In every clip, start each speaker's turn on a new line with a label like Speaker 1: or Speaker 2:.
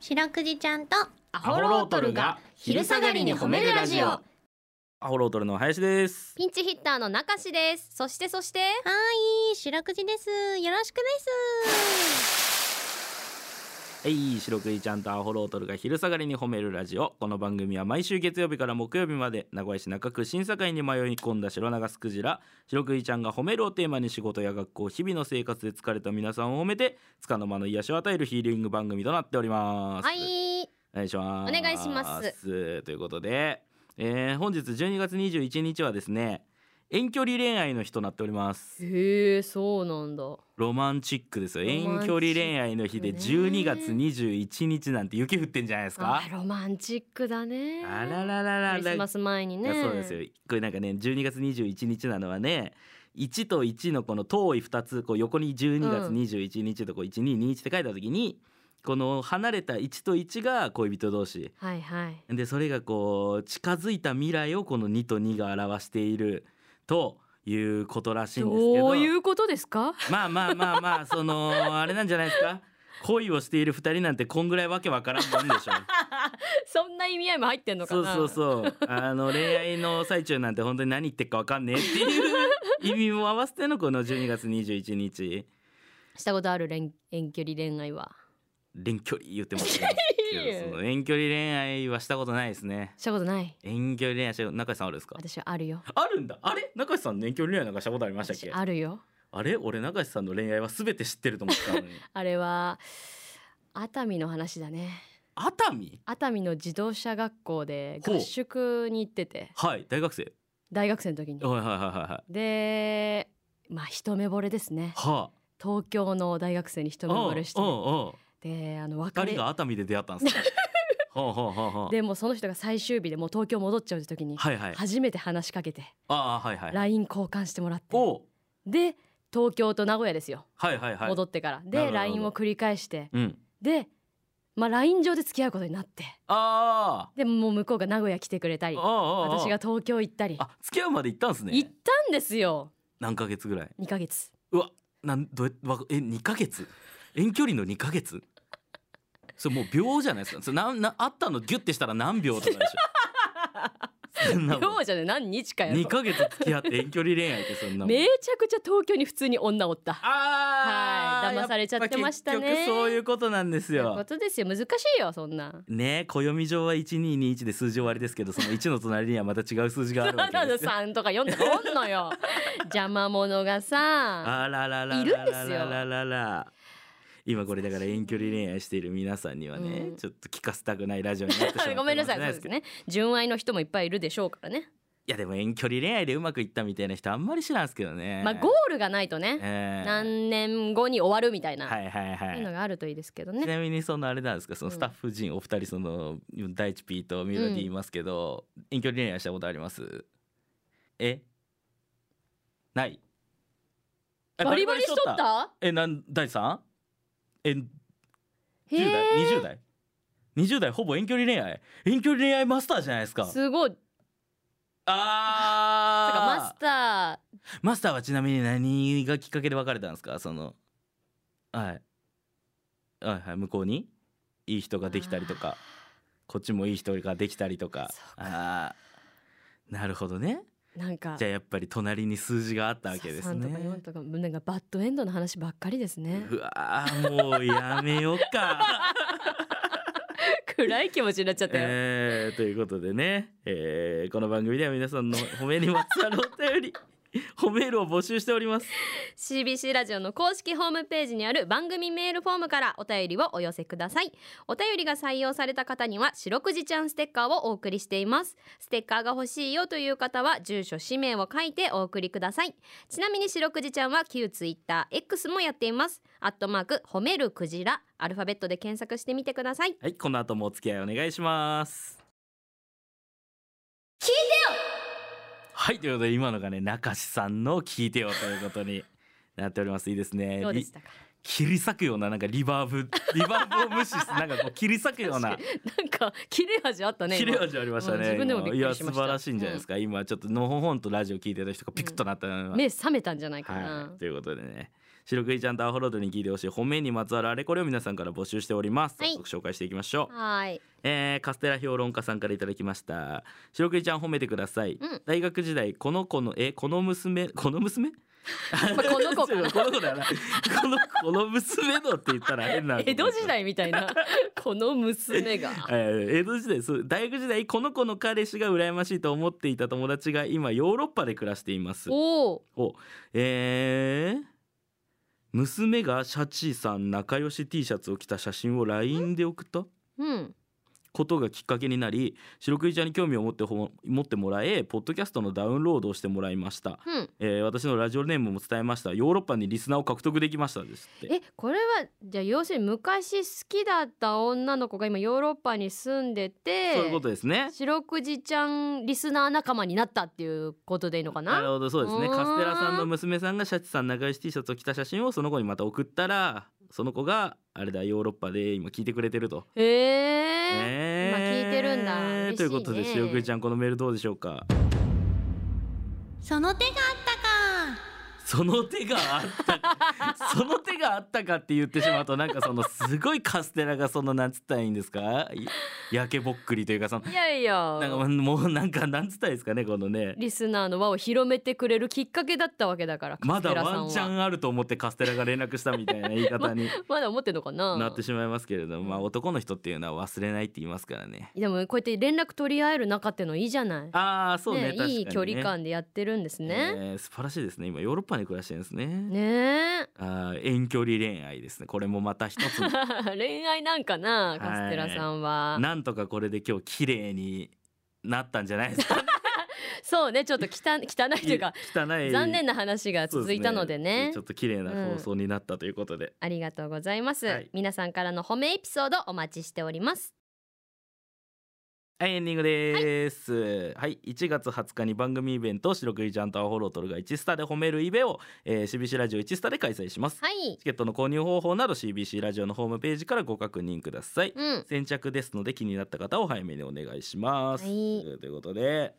Speaker 1: 白くじちゃんとア
Speaker 2: ホロートルが昼下がりに褒めるラジオ
Speaker 3: アホロートルの林です。
Speaker 2: ピンチヒッターの中志です。そしてそして、
Speaker 1: はい白くじですよろしくです
Speaker 3: えい、白くじちゃんとアホロートルが昼下がりに褒めるラジオ。この番組は毎週月曜日から木曜日まで名古屋市中区審査会に迷い込んだ白長スクジラ、白くじちゃんが褒めるをテーマに仕事や学校、日々の生活で疲れた皆さんを褒めて、つかの間の癒しを与えるヒーリング番組となっております。
Speaker 2: はい、
Speaker 3: お願いします。
Speaker 2: お願いします
Speaker 3: ということで、えー本日12月21日はですね、遠距離恋愛の日となっております。
Speaker 2: へえ、そうなんだ。
Speaker 3: ロマンチックですよ
Speaker 2: ロマンチッ
Speaker 3: 遠
Speaker 2: クね
Speaker 3: 距離恋愛の日で12月21日なんて雪降ってんじゃないですか
Speaker 2: あロマンチックだね。
Speaker 3: あららら
Speaker 2: ク
Speaker 3: ら
Speaker 2: リ
Speaker 3: ら
Speaker 2: スマス前に
Speaker 3: い
Speaker 2: ね。
Speaker 3: やそうですよこれなんかね12月21日なのはね1と1のこの遠い2つこう横に12月21日とこう1221って書いた時に、この離れた1と1が恋人同士
Speaker 2: はいはい。
Speaker 3: でそれがこう近づいた未来をこの2と2が表しているということらしいんですけど
Speaker 2: どういうことですか？
Speaker 3: まあまあまあまあそのあれなんじゃないですか 恋をしている二人なんてこんぐらいわけわからんもんでしょ
Speaker 2: そんな意味合いも入ってんのか
Speaker 3: そう
Speaker 2: な。
Speaker 3: そうそうあの恋愛の最中なんて本当に何言ってっかわかんねえっていう意味も合わせてのこの12月21日
Speaker 2: したことある恋遠距離恋愛は。
Speaker 3: 遠距離言ってますけどその遠距離恋愛はしたことないですね
Speaker 2: したことない。
Speaker 3: 遠距離恋愛した中井さんあるんですか
Speaker 2: 私はあるよ。
Speaker 3: あるんだあれ中井さん遠距離恋愛なんかしたことありましたっ
Speaker 2: 私
Speaker 3: け
Speaker 2: あるよ。
Speaker 3: あれ俺中井さんの恋愛は全て知ってると思ってたの に
Speaker 2: あれは熱海の話だね。
Speaker 3: 熱海
Speaker 2: 熱海の自動車学校で
Speaker 3: ほう
Speaker 2: 合宿に行ってて
Speaker 3: はい大学生
Speaker 2: 大学生の時に
Speaker 3: はいはいはいはいはい
Speaker 2: でまあ一目惚れですね
Speaker 3: はあ
Speaker 2: 東京の大学生に一目惚れして
Speaker 3: うんうんうん
Speaker 2: であの別
Speaker 3: 二
Speaker 2: れ
Speaker 3: 人が熱海で出会ったんですか。 ほうほうほうほう。
Speaker 2: でもうその人が最終日でもう東京戻っちゃう時に
Speaker 3: はいはい。
Speaker 2: 初めて話しかけて
Speaker 3: ああはいはい。
Speaker 2: LINE 交換してもらって
Speaker 3: おう
Speaker 2: で東京と名古屋ですよ
Speaker 3: はいはいはい。
Speaker 2: 戻ってから
Speaker 3: なるほ
Speaker 2: で
Speaker 3: どなるほど
Speaker 2: LINE を繰り返して
Speaker 3: うん。
Speaker 2: でまあ LINE 上で付き合うことになって
Speaker 3: あ
Speaker 2: でもう向こうが名古屋来てくれた
Speaker 3: あ。
Speaker 2: り
Speaker 3: ああああ
Speaker 2: 私が。東京行ったり
Speaker 3: あ付き合うまで行ったんです
Speaker 2: 行っ
Speaker 3: ね。
Speaker 2: たんですよ
Speaker 3: 何ヶ月ぐらい。
Speaker 2: 2ヶ月
Speaker 3: うわなんどうやわえ二ヶ月。遠距離の二ヶ月。それもう秒じゃないですか。それなんなあったのギュってしたら何秒とかでしょ。そんなもん
Speaker 2: 今日じゃね何日かや
Speaker 3: 二
Speaker 2: ろ
Speaker 3: ヶ月付き合って遠距離恋愛ってそんなもん。
Speaker 2: めちゃくちゃ東京に普通に女おった
Speaker 3: ああ。
Speaker 2: はい騙されちゃってましたね
Speaker 3: やっぱ結局そういうことなんです
Speaker 2: そういう
Speaker 3: よ
Speaker 2: こ。とですよ難しいよそんな
Speaker 3: ね暦上は1221で数字終わりですけどその1の隣にはまた違う数字があるわ
Speaker 2: ただ
Speaker 3: け
Speaker 2: の
Speaker 3: ですよ。
Speaker 2: 3とか4とかおんの よ邪魔者がさ
Speaker 3: あらららら
Speaker 2: いるんです
Speaker 3: ら
Speaker 2: よ
Speaker 3: らららら今これだから遠距離恋愛している皆さんにはね、
Speaker 2: うん
Speaker 3: ちょっと聞かせたくないラジオになってしまって
Speaker 2: ごめんなさい、そう
Speaker 3: 申し訳で
Speaker 2: ですす
Speaker 3: けど
Speaker 2: ね。純愛の人もいっぱいいるでしょうからね。
Speaker 3: いやでも遠距離恋愛でうまくいったみたいな人あんまり知らんすけどね。
Speaker 2: まあ、ゴールがないとね、
Speaker 3: えー
Speaker 2: 何年後に終わるみたいな、
Speaker 3: はいはいは
Speaker 2: そういうの
Speaker 3: い。
Speaker 2: があるといいですけど
Speaker 3: ち
Speaker 2: ね。
Speaker 3: なみにそのあれなんですかその
Speaker 2: うん
Speaker 3: スタッフ陣、お二人その大地 P とミロディいますけど、遠距離恋愛したことありますえないえ
Speaker 2: バリバリしとった。
Speaker 3: えなん大地さんえ10
Speaker 2: へ
Speaker 3: 代
Speaker 2: え
Speaker 3: 20代20代ほぼ遠距離恋愛遠距離恋愛マスターじゃないですか
Speaker 2: すごい。だからマ
Speaker 3: あ
Speaker 2: スタ
Speaker 3: ーマスターはちなみに何がきっかけで別れたんですかそのはいはいはい向こうにいい人ができたりとかこっちもいい人ができたりとか
Speaker 2: そう
Speaker 3: あーなるほどね
Speaker 2: ー、なんか。
Speaker 3: じゃあやっぱり隣に数字があったわけです
Speaker 2: 3とか
Speaker 3: ね
Speaker 2: 4とか、なんかバッドエンドの話ばっかりですね。
Speaker 3: うわーもうやめようか
Speaker 2: 暗い気持ちになっちゃったよ。
Speaker 3: えーということでね、えーこの番組では皆さんの褒めにまつわるお便り 褒めるを募集しております
Speaker 2: CBC ラジオの公式ホームページにある番組メールフォームからお便りをお寄せくださいお便りが採用された方には白くじちゃんステッカーをお送りしていますステッカーが欲しいよという方は住所氏名を書いてお送りくださいちなみに白くじちゃんは旧 TwitterX もやっていますアットマーク褒めるクジラアルファベットで検索してみてください
Speaker 3: はいこの後もお付き合いお願いします
Speaker 2: 聞いてよ
Speaker 3: はいということで今のがね中志さんの「聞いてよ」ということになっておりますいいですね
Speaker 2: どうで
Speaker 3: り
Speaker 2: したか
Speaker 3: 切り裂くようななんかリバーブリバーブを無視すなんかこう切り裂くような
Speaker 2: なんか切れ味あったね
Speaker 3: 切れ
Speaker 2: 今
Speaker 3: 味ありました
Speaker 2: うん
Speaker 3: ね
Speaker 2: 自分でも
Speaker 3: 今
Speaker 2: びっくりしました
Speaker 3: いや素晴らしいんじゃないですか、今ちょっとのほほんとラジオ聞いてた人がピクッとなったのは
Speaker 2: 目覚めたんじゃないかな、
Speaker 3: はい、ということでね白クイちゃんとアホロードに聞いてほしい本命にまつわるあれこれを皆さんから募集しております、
Speaker 2: はい
Speaker 3: 早速紹介していきましょう
Speaker 2: はい
Speaker 3: えーカステラ評論家さんからいただきました白クイちゃん褒めてください、
Speaker 2: うん
Speaker 3: 大学時代この子のえこの娘この娘
Speaker 2: まあこ の子かな
Speaker 3: この子だよなこのこの娘のって言ったら変な
Speaker 2: 江戸時代みたい なこの娘が
Speaker 3: えー江戸時代そう大学時代この子の彼氏が羨ましいと思っていた友達が今ヨーロッパで暮らしています
Speaker 2: おお
Speaker 3: おえー娘がシャチさん仲良し T シャツを着た写真を LINE で送った
Speaker 2: うん
Speaker 3: ことがきっかけになり白クイちゃんに興味を持ってほ持ってもらえポッドキャストのダウンロードをしてもらいました、
Speaker 2: うん
Speaker 3: えー私のラジオネームも伝えましたヨーロッパにリスナーを獲得できましたですって
Speaker 2: えこれはじゃあ要するに昔好きだった女の子が今ヨーロッパに住んでて
Speaker 3: そういうことですね
Speaker 2: 白くじちゃんリスナー仲間になったっていうことでいいのか
Speaker 3: なる
Speaker 2: な
Speaker 3: ほどそうですね
Speaker 2: うーん
Speaker 3: カステラさんの娘さんがシャチさん仲良し T シャツを着た写真をその子にまた送ったらその子があれだヨーロッパで今聞いてくれてると。
Speaker 2: へえ
Speaker 3: ね
Speaker 2: 今聞いてるんだ嬉しいね
Speaker 3: ということでしおくりちゃんこのメールどうでしょうか
Speaker 1: その手があったか
Speaker 3: その手があっ たかその手があったかって言ってしまうとなんかそのすごいカステラがそのなんつったらいいんですかい焼けぼっくりというかその
Speaker 2: いやいや
Speaker 3: なんかもうなんかなんつったらいいですかねこのね
Speaker 2: リスナーの輪を広めてくれるきっかけだったわけだから
Speaker 3: まだ
Speaker 2: カステラさん
Speaker 3: ワ
Speaker 2: は
Speaker 3: ンチャンあると思ってカステラが連絡したみたいな言い方に
Speaker 2: まだ思ってんのかな
Speaker 3: なってしまいますけれども、まあ男の人っていうのは忘れないって言いますからね。
Speaker 2: でもこうやって連絡取り合える仲ってのいいじゃない
Speaker 3: ああそうね確かにね
Speaker 2: いい距離感でやってるんですね、
Speaker 3: えー素晴らしいですね今ヨーロッパで暮らしてるんですね
Speaker 2: ね え
Speaker 3: あー遠距離恋愛ですねこれもまた一つ
Speaker 2: 恋愛なんかなカステラさんは、
Speaker 3: なんとかこれで今日綺麗になったんじゃないですか
Speaker 2: そうねちょっと汚 汚いというか
Speaker 3: 汚い
Speaker 2: 残念な話が
Speaker 3: そうです
Speaker 2: 続いたのでね
Speaker 3: ちょっと綺麗な放送になったということで、
Speaker 2: ありがとうございます、
Speaker 3: はい
Speaker 2: 皆さんからの褒めエピソードお待ちしております
Speaker 3: はいエンディングですはい、1月20日に番組イベント「白くいちゃんとアホロートルが1スタで褒めるイベ」を、えー、CBC ラジオ1スタで開催します
Speaker 2: はい
Speaker 3: チケットの購入方法など CBC ラジオのホームページからご確認ください、
Speaker 2: うん
Speaker 3: 先着ですので気になった方はお早めにお願いします、
Speaker 2: はい
Speaker 3: ということで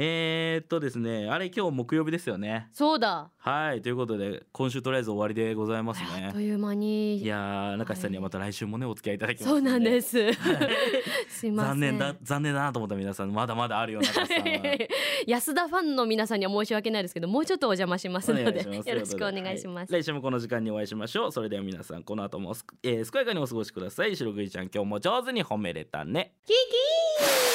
Speaker 3: えー、っとですねあれ今日木曜日ですよね
Speaker 2: そうだ
Speaker 3: はいということで今週とりあえず終わりでございます
Speaker 2: あらあっ
Speaker 3: ね
Speaker 2: という間
Speaker 3: い
Speaker 2: に
Speaker 3: やー中地さんにはまた来週もねお付き合いいただきます
Speaker 2: そうなんですす すいません
Speaker 3: 残念だ残念だなと思った皆さんまだまだあるよ中地 さんは
Speaker 2: 安田ファンの皆さんには申し訳ないですけどもうちょっとお邪魔します
Speaker 3: お
Speaker 2: の
Speaker 3: 願い
Speaker 2: で
Speaker 3: します
Speaker 2: よろしくお願いし
Speaker 3: は
Speaker 2: ます、
Speaker 3: 来週もこの時間にお会いしましょうそれでは皆さんこの後もす、えー健やかにお過ごしください白くいちゃん今日も上手に褒めれたね
Speaker 1: キキー